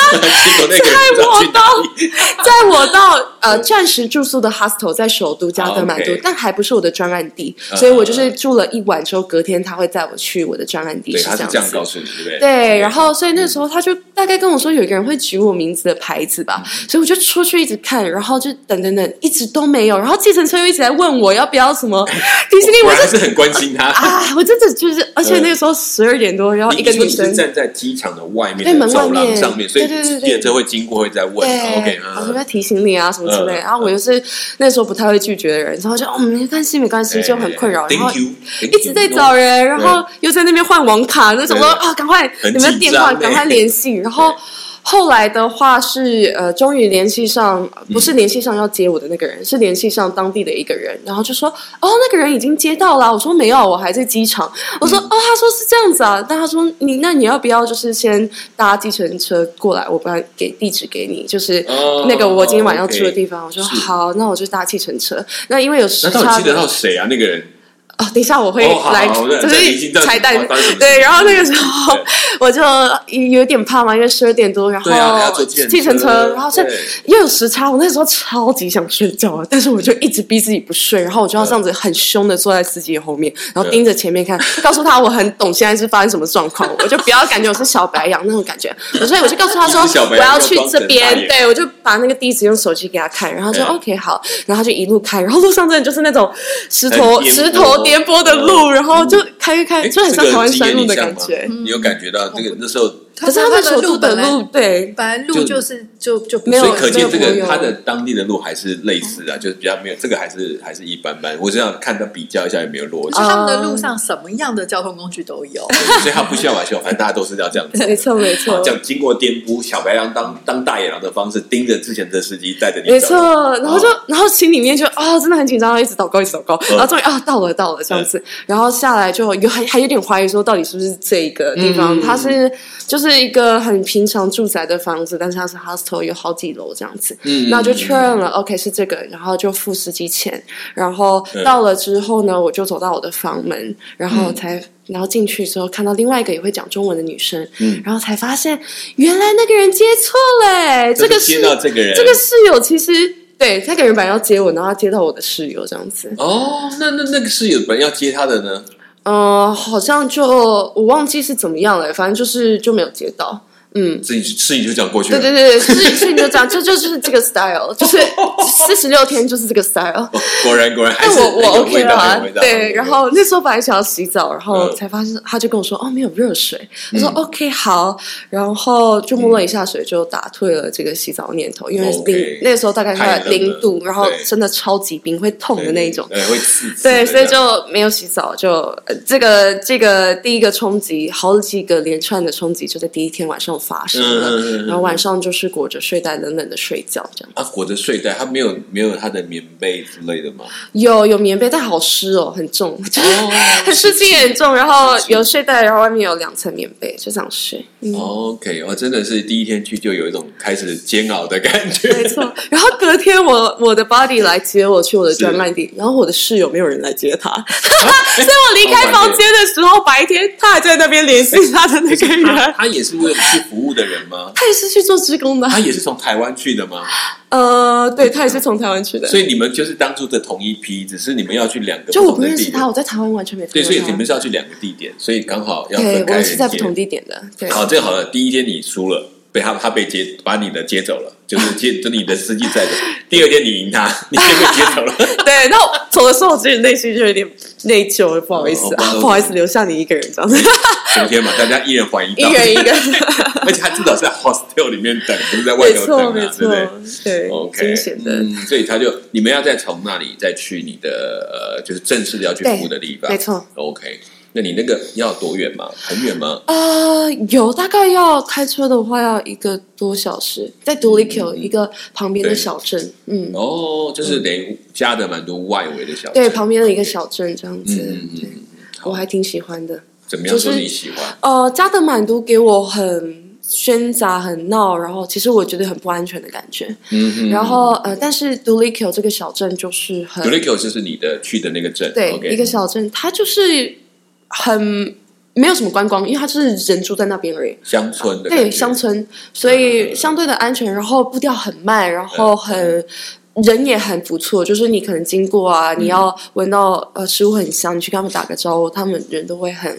A: 结果那个人不知道去哪里。
C: 载我到呃暂时住宿的 hostel 在首都加德满
A: 啊
C: 都
A: ，OK，
C: 但还不是我的专案地，
A: 嗯
C: 所以我就是住了一晚之后，隔天他会载我去我的专案地，
A: 对，
C: 是
A: 他是这
C: 样
A: 样告
C: 子。
A: 诉你，对不对？
C: 对，然后所以那时候他就大概跟我说有一个人会举我名字的牌子吧，
A: 嗯
C: 所以我就出去一直看，然后就等等等，一直都没有，然后计程车又一直在问我要不要什 么迪士尼，
A: 我
C: 我就
A: 还是很关心 他。
C: 啊，我真的就是，而且那个时候十二点多，然后
A: 嗯你
C: 一个
A: 你说
C: 女
A: 你是
C: 生
A: 站在机场的外面
C: 对
A: 的
C: 门外
A: 走廊
C: 面
A: 上面，所以
C: 对对对对
A: 电车会经过，会在问
C: 对，
A: ，OK，
C: 老师
A: 嗯
C: 在提醒你啊什么之类的。
A: 嗯
C: 然后我就是那时候不太会拒绝的人，然后就哦没关系没关系，就很困扰，然后
A: 哎 Thank you，
C: 一直在找人，然后又在那边换网卡，那种说
A: 对
C: 啊赶快
A: 很
C: 你们
A: 紧
C: 的电
A: 张
C: 话
A: 欸
C: 赶快联系，然后。后来的话是呃，终于联系上，不
A: 嗯
C: 是联系上要接我的那个人，是联系上当地的一个人，然后就说哦，那个人已经接到了。我说没有，我还在机场。我
A: 嗯
C: 说、哦，他说是这样子啊，但他说你那你要不要就是先搭计程车过来，我把给地址给你，就是
A: 哦
C: 那个我今天晚上住的地方。我说
A: 是
C: 好，那我就搭计程车。那因为有时
A: 那到
C: 差
A: 底记得到谁啊？那个人
C: 哦，等一下我会
A: 哦好
C: 来，
A: 好我
C: 就
A: 再已经
C: 是
A: 知道
C: 彩蛋
A: 发生什么事。
C: 对，然后那个时候
A: 对
C: 我就有点怕嘛，因为十二点多，然
A: 对啊，还要
C: 后
A: 坐
C: 计程车，然后是
A: 对
C: 又有时差，我那时候超级想睡觉啊，但是我就一直逼自己不睡，然后我就要这样子很凶的坐在司机后面，然后盯着前 面看，告诉他我很懂现在是发生什么状况，我就不要感觉我是小白羊那种感觉，所以我就告诉他说
A: 你是小白
C: 我
A: 羊
C: 要去这
A: 装成大
C: 边，
A: 爷
C: 对我就把那个地址用手机给他看，然后他说
A: 嗯
C: OK 好，然后他就一路开，然后路上真的就是那种石头
A: 很颠簸
C: 石头颠簸的路，然后就开开，
A: 哎
C: 就很像
A: 嗯这个
C: 台湾
A: 经验
C: 山路
A: 你
C: 的
A: 像
C: 感
A: 吗
C: 觉。嗯
A: 你有感觉到这个那时候
C: 可是他们首都的
B: 本来
C: 路，对，
B: 本来路就是就就不
C: 没有
A: 所以可见这
C: 没有
A: 个
C: 柏油
A: 它的当地的路还是类似 啊，就是比较没有这个还是还是一般般。我只想看它比较一下有没有逻辑
B: 就，他们
C: 哦
B: 的路上什么样的交通工具都 有，
A: 所以它不需要玩笑，反正大家都是要 这样子。
C: 没错没错
A: 这。样经过颠簸，小白羊当当大野狼的方式盯着之前的哦司机带着你走。
C: 没错，然后就，然后心里面就啊、真的很紧张，然后一直祷告，一直祷
A: 哦
C: 告，然后终于啊，到了，到了这样子，然后下来就有还还有点怀疑说，到底是不是这一个地方，
A: 嗯
C: 它是就是就是一个很平常住宅的房子，但是它是 hostel，有好几楼这样子。
A: 嗯
C: 那就确认了，OK 是这个，然后就付十几钱，然后到了之后呢，我就走到我的房门，
A: 嗯
C: 然后才。然后进去之后，看到另外一个也会讲中文的女生，
A: 嗯
C: 然后才发现原来那个人接错了、欸，这个
A: 就是接
C: 室
A: 到这个人，
C: 这个室友其实对他给人本来要接我，然后他接到我的室友这样子，
A: 哦，那那那个室友本来要接他的呢，
C: 嗯、好像就我忘记是怎么样了、反正就是就没有接到， 嗯，
A: 自己室友就这样过去了。
C: 对对对对，是是你就这样，这就就是这个 style，就是四十六天就是这个 style。
A: 哦果然果然还
C: 但
A: 是
C: 我我
A: 有
C: OK
A: 味
C: 了
A: 道，
C: 啊
A: 有味，道
C: 对。然后那时候本来想要洗澡，然后
A: 嗯
C: 才发现他就跟我说：“哦，没有热水。”我说：“OK，好。”然后就摸了一下水，就打退了这个洗澡念头，因为
A: OK
C: 零那时候大概
A: 太
C: 快
A: 冷了
C: 零度，然后
A: 对
C: 真的超级冰，会痛的那一种。
A: 对，会刺刺的
C: 对，所以
A: 这样
C: 就没有洗澡，就、呃这个这个第一个冲击，好几个连串的冲击就在第一天晚上发生了。
A: 嗯嗯嗯嗯
C: 然后晚上就是裹着睡袋冷冷的睡觉，这样
A: 啊，裹着睡袋，他没有没有他的棉被之类的吗？
C: 有有棉被，但好湿哦，很重，
A: 哦
C: 湿气 也很重。然后有睡袋，然后外面有两层棉被，就这样睡。嗯，
A: ，OK，我真的是第一天去就有一种开始煎熬的感觉。
C: 没 错。 然后隔天我我的 body 来接我去我的专卖店，然后我的室友没有人来接他，
A: 哦
C: 所以我
A: ，Oh
C: 离开房间的时候，白天他还在那边联系他的那个
A: 他
C: 人。
A: 啊他也是为了去服务的人吗？
C: 他也是去做职工的啊，
A: 他也是从台湾去的吗？
C: 呃，对他也是从台湾去的，
A: 所以你们就是当初的同一批，只是你们要去两个
C: 就我
A: 不同
C: 不
A: 的
C: 认
A: 地
C: 识他，
A: 点。
C: 我在台湾完全没看
A: 对，
C: 到
A: 所以
C: 他
A: 你们是要去两个地点，所以刚好要
C: 对
A: 分
C: 我
A: 开
C: 们是在
A: 人
C: 不
A: 接。
C: 同地点的，对，
A: 好，这样好了，第一天你输了，被他他被接，把你的接走 了，就是接就你的司机载走。第二天你赢他， 你就被接走了。
C: 对。然后走的时候，我自己内心就有点内疚，不好意思啊，
A: 哦
C: 不好意思留下你一个人 这样子，
A: 昨天嘛，大家一人还一
C: 一
A: 道，
C: 人一个，
A: 而且他至少是在 hostel 里面等，不是在外
C: 没
A: 头
C: 错
A: 等
C: 没
A: 啊，对
C: 错
A: 不对，
C: 对，
A: ？OK，
C: 惊险的，
A: 嗯，所以他就你们要再从那里再去你的呃，就是正式的要去
C: 对
A: 服务的地方，
C: 没错。
A: OK，那你那个要多远吗？很远吗？
C: 呃，有大概要开车的话要一个多小时，在独立 Q 一个旁边
A: 嗯
C: 的
A: 对
C: 小镇，嗯，
A: 哦，就是等于加的蛮多外围的小镇，
C: 对，旁边的一个
A: OK
C: 小镇这样
A: 嗯
C: 子
A: 嗯，嗯
C: 对
A: 嗯，
C: 我还挺喜欢的。
A: 怎么样说
C: 就是
A: 你喜欢？
C: 呃，加德满都给我很喧杂、很闹，然后其实我觉得很不安全的感觉。
A: 嗯哼，
C: 然后呃，但是独立 Q 这个小镇就是很
A: d u l i k o 就是你的去的那个镇，
C: 对
A: o k
C: 一个小镇，它就是很没有什么观光，因为它就是人住在那边而已。
A: 乡村的感觉，
C: 对乡村，所
A: 嗯嗯
C: 以
A: 嗯
C: 相对的安全，然后步调很慢，然后很。人也很不错，就是你可能经过啊，你要闻到呃食物很香，你去跟他们打个招呼，他们人都会很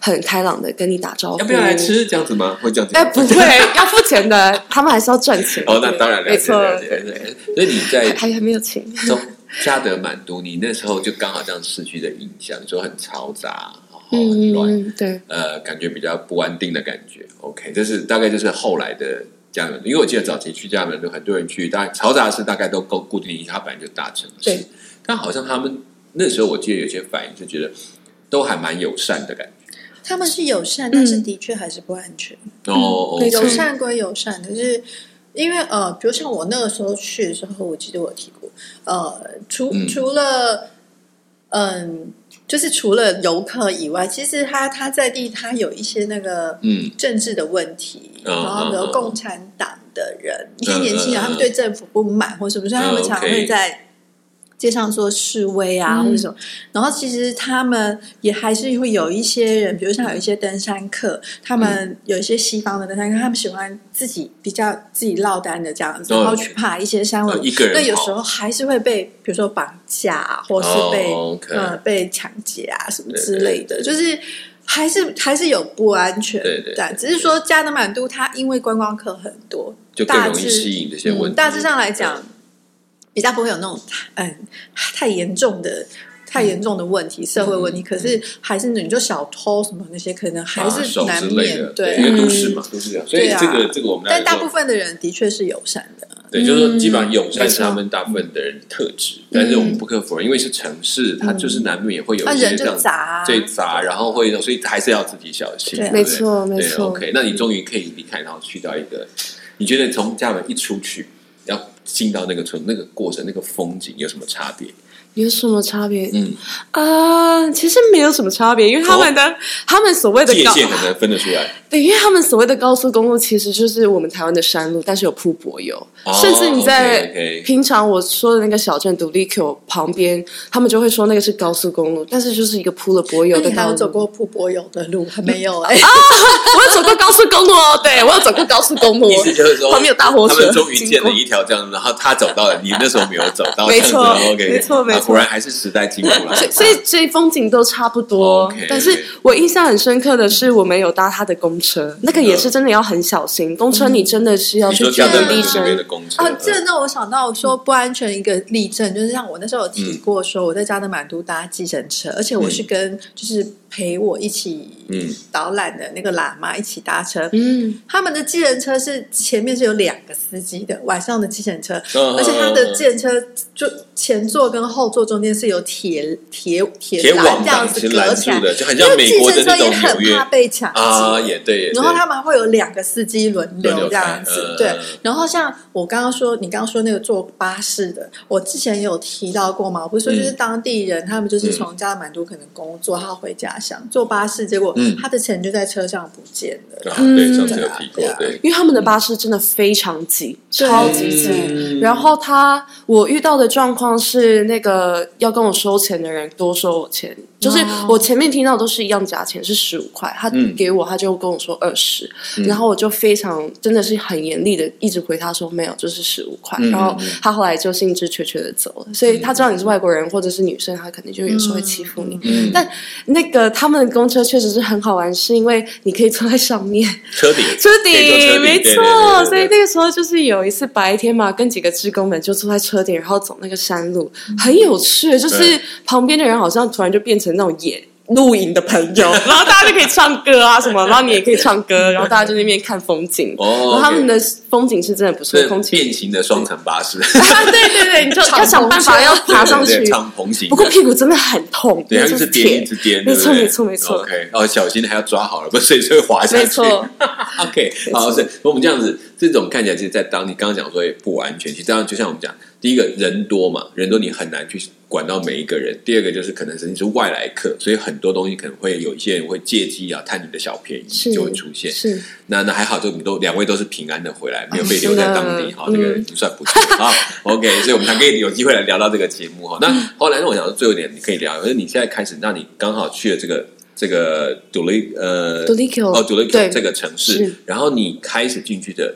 C: 很开朗的跟你打招呼。
A: 要不要来？吃？这样子吗？会这样子吗？
C: 哎，不会，要付钱的，他们还是要赚 钱。
A: 哦，那当然了
C: 没
A: 解
C: 错，
A: 了解。
C: 对
A: 了解所以你在
C: 还还没有请。
A: 从加德满都，你那时候就刚好这样失去的印象，就很嘈杂，然后哦很
C: 嗯
A: 乱，
C: 嗯，对，
A: 呃，感觉比较不安定的感觉。OK，这是大概就是后来的加德满都，因为我记得早期去加德满都，很多人去，大概嘈杂是大概都够固定因素，它本来就大城市
C: 对，
A: 但好像他们那时候我记得有些反应是觉得都还蛮友善的感觉。
B: 他们是友善，但是的确还是不安全。
A: 哦，
C: 没错
B: 嗯友善归友善，可是因为呃，比如像我那个时候去的时候，我记得我提过，呃，除、
A: 嗯
B: 除了嗯、就是除了游客以外，其实他他在地他有一些那个
A: 嗯，
B: 政治的问题，
A: 嗯
B: 然后比如
A: 嗯嗯
B: 共产党的人，
A: 嗯
B: 一些年轻
A: 嗯啊
B: 人他们对政府不满或什么，所以他们常常
A: OK
B: 会在。街上做示威啊，
C: 嗯
B: 或者什么，然后其实他们也还是会有一些人，比如像有一些登山客，他
A: 嗯
B: 们有一些西方的登山客，他们喜欢自己比较自己落单的这样子，
A: 嗯
B: 然后去爬一些山
A: 呃
B: 文。
A: 一个人
B: 那有
A: 跑
B: 时候还是会被，比如说绑架啊，或是被、
A: 哦，OK
B: 呃被抢劫啊什么
A: 对
B: 之类的，就是还是还是有不安全
A: 对对
B: 感。
A: 对
B: 只是说加德满都它因为观光客很多，
A: 就更
B: 大
A: 容易
B: 致嗯
A: 吸引这些问题。
B: 大致上来讲，比较不会有那种嗯太严重的。太严重的问题，社会问
A: 嗯
B: 题，可是还是你就小偷什么那些，可能还
A: 把
B: 是
A: 手
B: 难
A: 啊之类
B: 免
A: 的，
B: 对
A: 因
B: 啊。
A: 为都市嘛，都市这样，所以
B: 对啊
A: 这个这个我们来
B: 但大
A: 说
B: 部分的人的确是友善的，
A: 对，就是说
C: 嗯
A: 基本上友善
C: 没
A: 是
C: 错
A: 他们大部分的人的特质，但是我们不可否认，因为是城市，
C: 嗯
A: 它就是难免也会有
B: 那
A: 一些
B: 人
A: 这
B: 就
A: 样
B: 杂啊，
A: 最杂，然后会所以还是要自己小心，
B: 对啊
A: 对
C: 没
A: 不对
C: 错没
A: 对
C: 错。
A: OK，那你终于可以离开，然后去到一个，你觉得从家门一出去，要进到那个村，那个过程、那个风景有什么差别？
C: 有什么差别？
A: 嗯，
C: 啊，其实没有什么差别，因为他们的、他们所谓的
A: 哦界
C: 高，
A: 限很难分得出来。
C: 对，因为他们所谓的高速公路其实就是我们台湾的山路，但是有铺柏油，
A: 哦
C: 甚至你在
A: OK，OK
C: 平常我说的那个小镇独立 Q 旁边，他们就会说那个是高速公路，但是就是一个铺了柏油
B: 那
C: 的
B: 哎你还
C: 道
B: 有走
C: 路。
B: 过瀑柏油的路？还没有 哎、
C: 我有走过高速公路哦，对 我有走过高速 公路，
A: 意思就是说，
C: 旁边有大火
A: 他
C: 车，
A: 们终于建了
C: 经过
A: 一条这样，然后他走到了，你那时候没有走到，
C: 没错
A: 这样子 OK，
C: 没错没错
A: 啊果然还是时代进步了。
C: 所以所以所以风景都差不多
A: 嗯 OK
C: 但是我印象很深刻的是，我们有搭他的公车，那个也是真的要很小心，公车你真的是
B: 哦
A: 嗯
C: 要
A: 你
C: 去
A: 说
C: 注
A: 跳
C: 意
A: 到
B: 立
A: 那
C: 力
A: 那边的
C: 争。
A: 公车，
B: 啊，这让我想到说不安全一个例
A: 嗯
B: 证，就是像我那时候有提过，说我在加德满都搭计程车，而且我是跟就是陪我一起
A: 嗯
B: 导览的那个喇嘛一起搭车，
C: 嗯，
B: 他们的计程车是前面是有两个司机的，晚上的计程车，
A: 嗯
B: 而且他的计程车就前座跟后座中间是有铁铁铁
A: 铁
B: 栏
A: 网
B: 这样
A: 挡
B: 子
A: 其实
B: 隔
A: 拦
B: 起
A: 住
B: 来，
A: 的，就很
B: 因
A: 像
B: 为
A: 美
B: 计
A: 国的
B: 程车
A: 那
B: 也
A: 种纽
B: 很
A: 约
B: 怕被抢劫。
A: 啊，也对，也对
B: 然后他们会有两个司机轮
A: 轮
B: 流
A: 流
B: 这样
A: 开
B: 子
A: 嗯，
B: 对
A: 嗯。
B: 然后像我刚刚说，你刚刚说那个坐巴士的，我之前也有提到过嘛，我不是说就是
A: 嗯
B: 当地人，他们就是
A: 嗯
B: 从加德满都可能工作，他回家乡坐巴士，结果
A: 嗯
B: 他的钱就在车上不见了。
A: 啊对，上次
B: 嗯
A: 有提过，对，
C: 因为他们的巴士真的非常挤，
B: 对
C: 超级挤。
A: 嗯
B: 啊
C: 然后他，我遇到的状况是，那个要跟我收钱的人多收我钱，就是我前面听到都是一样价钱，是十五块，他
A: 哦嗯
C: 给我他就跟我说二十、然后我就非常真的是很严厉的一直回他说没有，就是十五块、
A: 嗯
C: 然后他后来就兴致缺缺的走了，所以他知道你是外国人或者是女生，他肯定就有时候会欺负你。
A: 嗯，
C: 但那个他们的公车确实是很好玩，是因为你可以坐在上面，
A: 车底，
C: 车
A: 可以坐车顶
C: 顶，没
A: 对对对
C: 错。
A: 对对
C: 所以那个时候就是有一次白天嘛，跟几个职工们就坐在车顶，然后走那个山路，很有趣。就是
A: 嗯对
C: 旁边的人好像突然就变成那种野露营的朋 友，然后大家就可以唱歌啊什么，然后你也可以唱歌，然后大家就在那边看风景。然
A: 嗯哦
C: 后，他们
A: OK
C: 的风景是真的不错，空
A: 是
C: 气。
A: 变形的双层巴士，
C: 啊，对对对，你就要想办法要爬上
A: 对
C: 去
A: 对。敞篷型的，
C: 不过屁股真的很痛，
A: 对，它
C: 就
A: 一
C: 是
A: 直颠
C: 铁
A: 一直颠，
C: 没错
A: 对不对
C: 没错没错
A: OK，哦，小心还要抓好了，不然所以就会滑下去。
C: 没错
A: OK，好，所以我们这样子，这种看起来其实，在当你刚刚讲说也不安全，其实当然就像我们讲，第一个人多嘛，人多你很难去管到每一个人。第二个就是可能是你是外来客，所以很多东西可能会有一些人会借机啊贪你的小便
C: 是
A: 宜，就会出现。
C: 是
A: 那那还好，就你们都两位都是平安的回来，没有被
C: 是
A: 留在
C: 的
A: 当地，好，
C: 嗯
A: 这个也算不错啊。OK，所以我们才可以有机会来聊到这个节目 哈。那后来，那我想说最后一点你可以聊，可是你现在开始，那你刚好去了这个这个杜雷呃
C: Dulico
A: 哦杜雷
C: 对
A: 这个城市
C: 是，
A: 然后你开始进去的。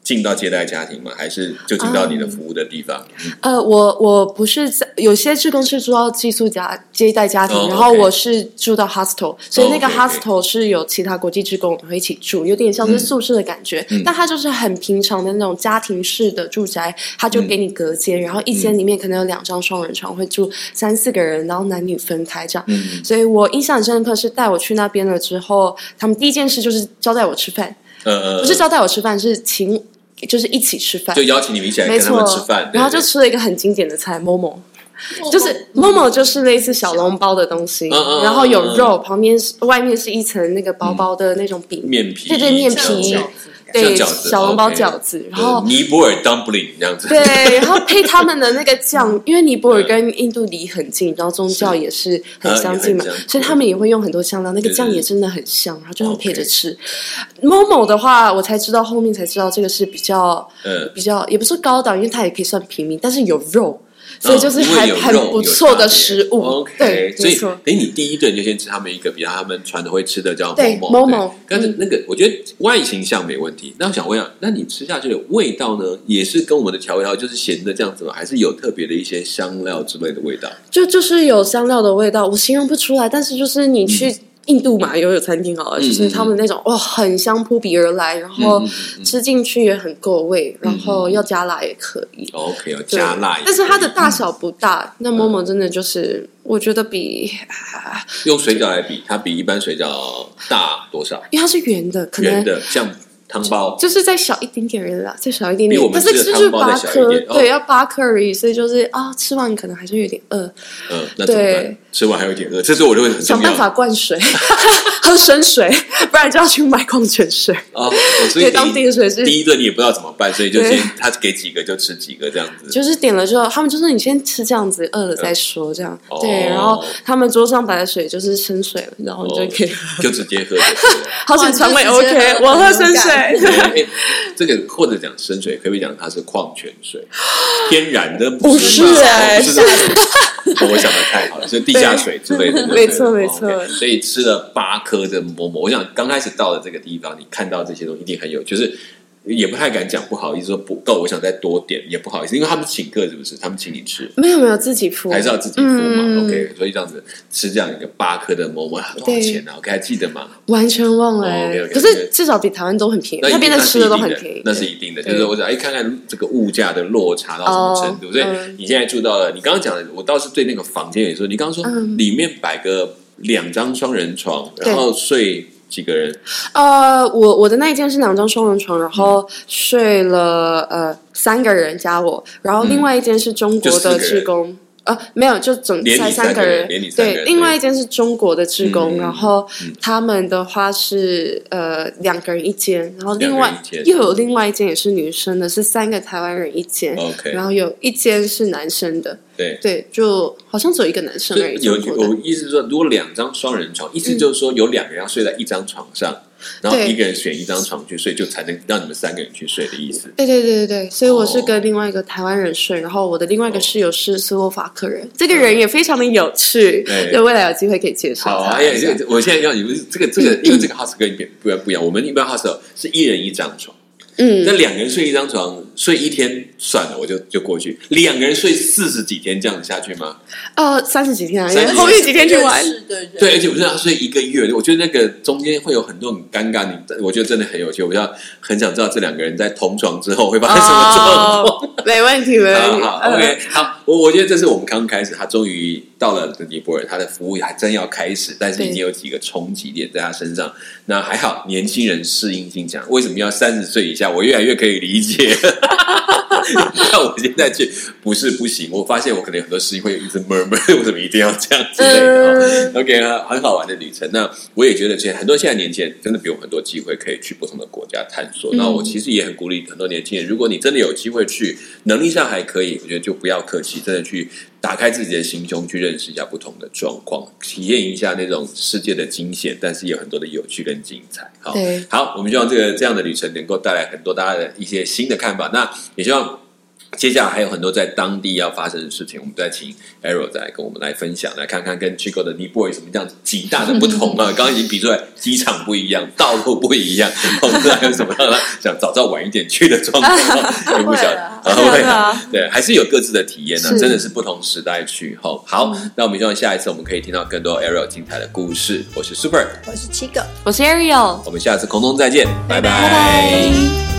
A: 进到接待家庭吗？还是就进到你的
C: 嗯
A: 服务的地方？
C: 呃，我我不是在有些志工是住到寄宿家接待家庭，
A: 哦
C: 然后
A: OK 哦
C: 我是住到 hostel，所以那个
A: OK，OK
C: hostel 是有其他国际志工我们会一起住，有点像是宿舍的感觉，
A: 嗯
C: 但它就是很平常的那种家庭式的住宅，它
A: 嗯
C: 就给你隔间，然后一间里面可能有两张双人床，会住三四个人，然后男女分开这样。
A: 嗯
C: 所以我印象很深刻是带我去那边了之后，他们第一件事就是招待我吃饭，
A: 呃，
C: 不是招待我吃饭，是请就是一起吃饭
A: 就。邀请你们一起来
C: 没
A: 跟他
C: 错
A: 们吃饭，，
C: 然后就
A: 对
C: 吃了一个很经典的菜，momo，就是
B: 哦
C: 某某就是类似小笼包的东西，
A: 嗯嗯嗯
C: 然后有肉，
A: 嗯
C: 旁边是外面是一层那个薄薄的那种饼，
A: 面皮，
C: 对对面
A: 这样
C: 皮
A: 子
B: 像饺子感
A: 像
C: 对，
A: 饺子
C: 小笼包
A: OK
C: 饺子，然
A: 呃
C: 后。
A: 尼泊尔 dumpling 这样子，
C: 对，然后配他们的那个酱，因为尼泊尔跟印度离很近，然后宗教也是很相近嘛
A: 啊也很相，近
C: 所以他们呃也会用很多香料，那个
A: 对
C: 酱
A: 对
C: 也真的很香，然后就这样
A: OK
C: 配着吃。Momo 的话，我才知道后面才知道这个是比较
A: 嗯，
C: 比较，也不是高档，因为它也可以算平民，但是有肉，所以就是
A: 嗯因为
C: 还
A: 有
C: 很
A: 肉
C: 不
A: 有
C: 错
A: 差别
C: 的食物
A: OK，。
C: 对，
A: 所
C: 没
A: 以
C: 错。
A: 等于你第一顿就先吃他们一个比较他们传统会吃的叫
C: 对嗯
A: 某某
C: 某某
A: 但是那个我觉得外形像没问题。那我想问一下，那你吃下去的味道呢，也是跟我们的调味料就是咸的这样子吗？还是有特别的一些香料之类的味道？
C: 就就是有香料的味道，我形容不出来，但是就是你去。印度嘛，有有餐厅好了，
A: 嗯
C: 就是他们那种哇、很香扑鼻而来，然后
A: 嗯嗯嗯
C: 吃进去也很够味，然后
A: 嗯嗯
C: 要加辣也可以，
A: OK，有嗯
C: 对
A: 加辣也可以，嗯
C: 但是它的大小不大。那某某真的就是，我觉得比，啊
A: 用水饺来比，它比一般水饺大多少？
C: 因为它是圆的，可
A: 圆
C: 能
A: 的像汤包，
C: 就是再小一点点而已啦，再小一点
A: 比我
C: 点。
A: 们
C: 但
A: 吃的
C: 是这就是
A: 汤包再
C: 八
A: 小一
C: 颗
A: 点，哦
C: 对，要八颗而已，所以就是啊，吃完可能还是有点 饿，
A: 嗯，那怎么办
C: 对？
A: 吃完还有一点饿，这是我认为很重
C: 想
A: 要
C: 办法灌水，喝生水，不然就要去买矿泉水。
A: 啊。哦所以
C: 对当
A: 第一
C: 地水是
A: 第一顿你也不知道怎么办，所以就先
C: 对
A: 他给几个就吃几个这样子。
C: 就是点了之后，他们就说你先吃这样子，饿了再说这样。
A: 哦
C: 对，然后他们桌上摆的水就是生水了，然后你就可 以。
A: 哦就直接喝就对 了。
C: 好险肠胃
B: 哇你就直接
C: OK，
B: 喝
C: 我喝
B: 很
C: 生
B: 勇敢
C: 水。
A: 哎这个或者讲生水，可不可以讲它是矿泉水，天然的
C: 不是哎
A: 不是这样我想的太好了，就是地下水之类的，对
C: 没
A: 不对
C: 错
A: 哦
C: 没错
A: OK，所以吃了八颗的馍馍，我想刚开始到了这个地方，你看到这些东西一定很有，就是。也不太敢讲，不好意思说不够，我想再多点，也不好意思，因为他们请客是不是？他们请你吃，
C: 没有没有，自己铺
A: 还是要自己付嘛、
C: 嗯
A: o k 所以这样子吃这样一个八颗的馍馍多少
C: 对
A: 钱呢、我 o 还记得吗？
C: 完全忘了、
A: 哦
C: 欸
A: ，OK，OK，OK
C: 可是至少比台湾都很便宜，
A: 那
C: 那
A: 一定
C: 边的吃的都很便宜。
A: 那是一定的。
C: 对
A: 就是我想，哎，看看这个物价的落差到什么程度。
C: 哦
A: 所以
C: 嗯
A: 你现在住到了，你刚刚讲的，我倒是对那个房间也说，你刚刚说
C: 嗯
A: 里面摆个两张双人床，
C: 对
A: 然后睡几个人？
C: 呃，我我的那一间是两张双人床，然后睡了呃三个人加我，然后另外一间是中
A: 嗯就
C: 国
A: 四个
C: 的
A: 人
C: 志工。呃，没有，就总
A: 连你
C: 才
A: 三
C: 三
A: 个
C: 个
A: 人
C: 人，
A: 连你三个
C: 对
A: 人，
C: 另外
A: 对
C: 一间是中国的志
A: 嗯
C: 工，然后
A: 嗯
C: 他们的话是呃两个人一间，然后另
A: 两
C: 外
A: 个人一间
C: 又有另外一间也是女生的，是三个台湾人一间
A: 哦 OK
C: 然后有一间是男生的，
A: 对。
C: 对，就好像只有一个男生
A: 所
C: 而已
A: 以。有
C: 中国的
A: 有意思是说，如果两张双人床，意思就是说有两个人要睡在一张床上，然后
C: 嗯对
A: 一个人选一张床去睡，就才能让你们三个人去睡的意思。
C: 对对对对对，所以我是
A: 哦
C: 跟另外一个台湾人睡，然后我的另外一
A: 哦
C: 个室友是斯洛伐克人，这个人也非常的有趣，
A: 对
C: 对，未来有机会可以介绍
A: 好嗯
C: 他。
A: 啊，哎呀，这个我现在要你们这个这个，因为这个 house 跟别不不一样，我们一般 house 是一人一张床。那
C: 嗯，
A: 两个人睡一张床，睡一天算了，我就就过去。两个人睡四十几天，这样子下去吗？
C: 呃，三十几天啊，
A: 三十
C: 有
A: 几
C: 后
A: 天
C: 遇几天去玩，
B: 认识的人
A: 对，而且我是要睡一个月，我觉得那个中间会有很多很尴尬，你我觉得真的很有趣。我要很想知道这两个人在同床之后会发生什么状况。
C: 哦，没问题，没问
A: 好
C: 题。
A: 啊好
C: 嗯
A: ，OK，好，我我觉得这是我们刚开始，他终于到了尼泊尔，他的服务还真要开始，但是已经有几个冲击点在他身上。那还好，年轻人适应性强，为什么要三十岁以下？我越来越可以理解。 那我现在去不是不行，我发现我可能有很多事情会一直 murmur，为什么一定要这样之类的、哦。
C: 嗯
A: OK 啊，很好玩的旅程。那我也觉得，现在很多现在年轻人真的给我们很多机会可以去不同的国家探索。那我其实也很鼓励很多年轻人，如果你真的有机会去，能力上还可以，我觉得就不要客气，真的去打开自己的心胸，去认识一下不同的状况，体验一下那种世界的惊险，但是也有很多的有趣跟精彩。好
C: 对，
A: 好，我们希望这个这样的旅程能够带来很多大家的一些新的看法。那也希望。接下来还有很多在当地要发生的事情，我们再请 Arrow 再来跟我们来分享，来看看跟 Chico 的尼泊尔有什么这样极大的不同啊！刚刚已经比出来，机场不一样，道路不一 样，我们还有什么让他想早知道晚一点去的状 况，也不想
B: 会啊
A: 啊
C: 会啊
A: 会啊，对，还是有各自的体验呢、啊
C: 是
A: 真的是嗯不同时代去吼。好，那我们希望下一次我们可以听到更多 Arrow 精彩的故事。我是 Super，
B: 我是七个。
C: 我是 Ariel，
A: 我们下次空中再见，拜
B: 拜
A: 拜
B: 拜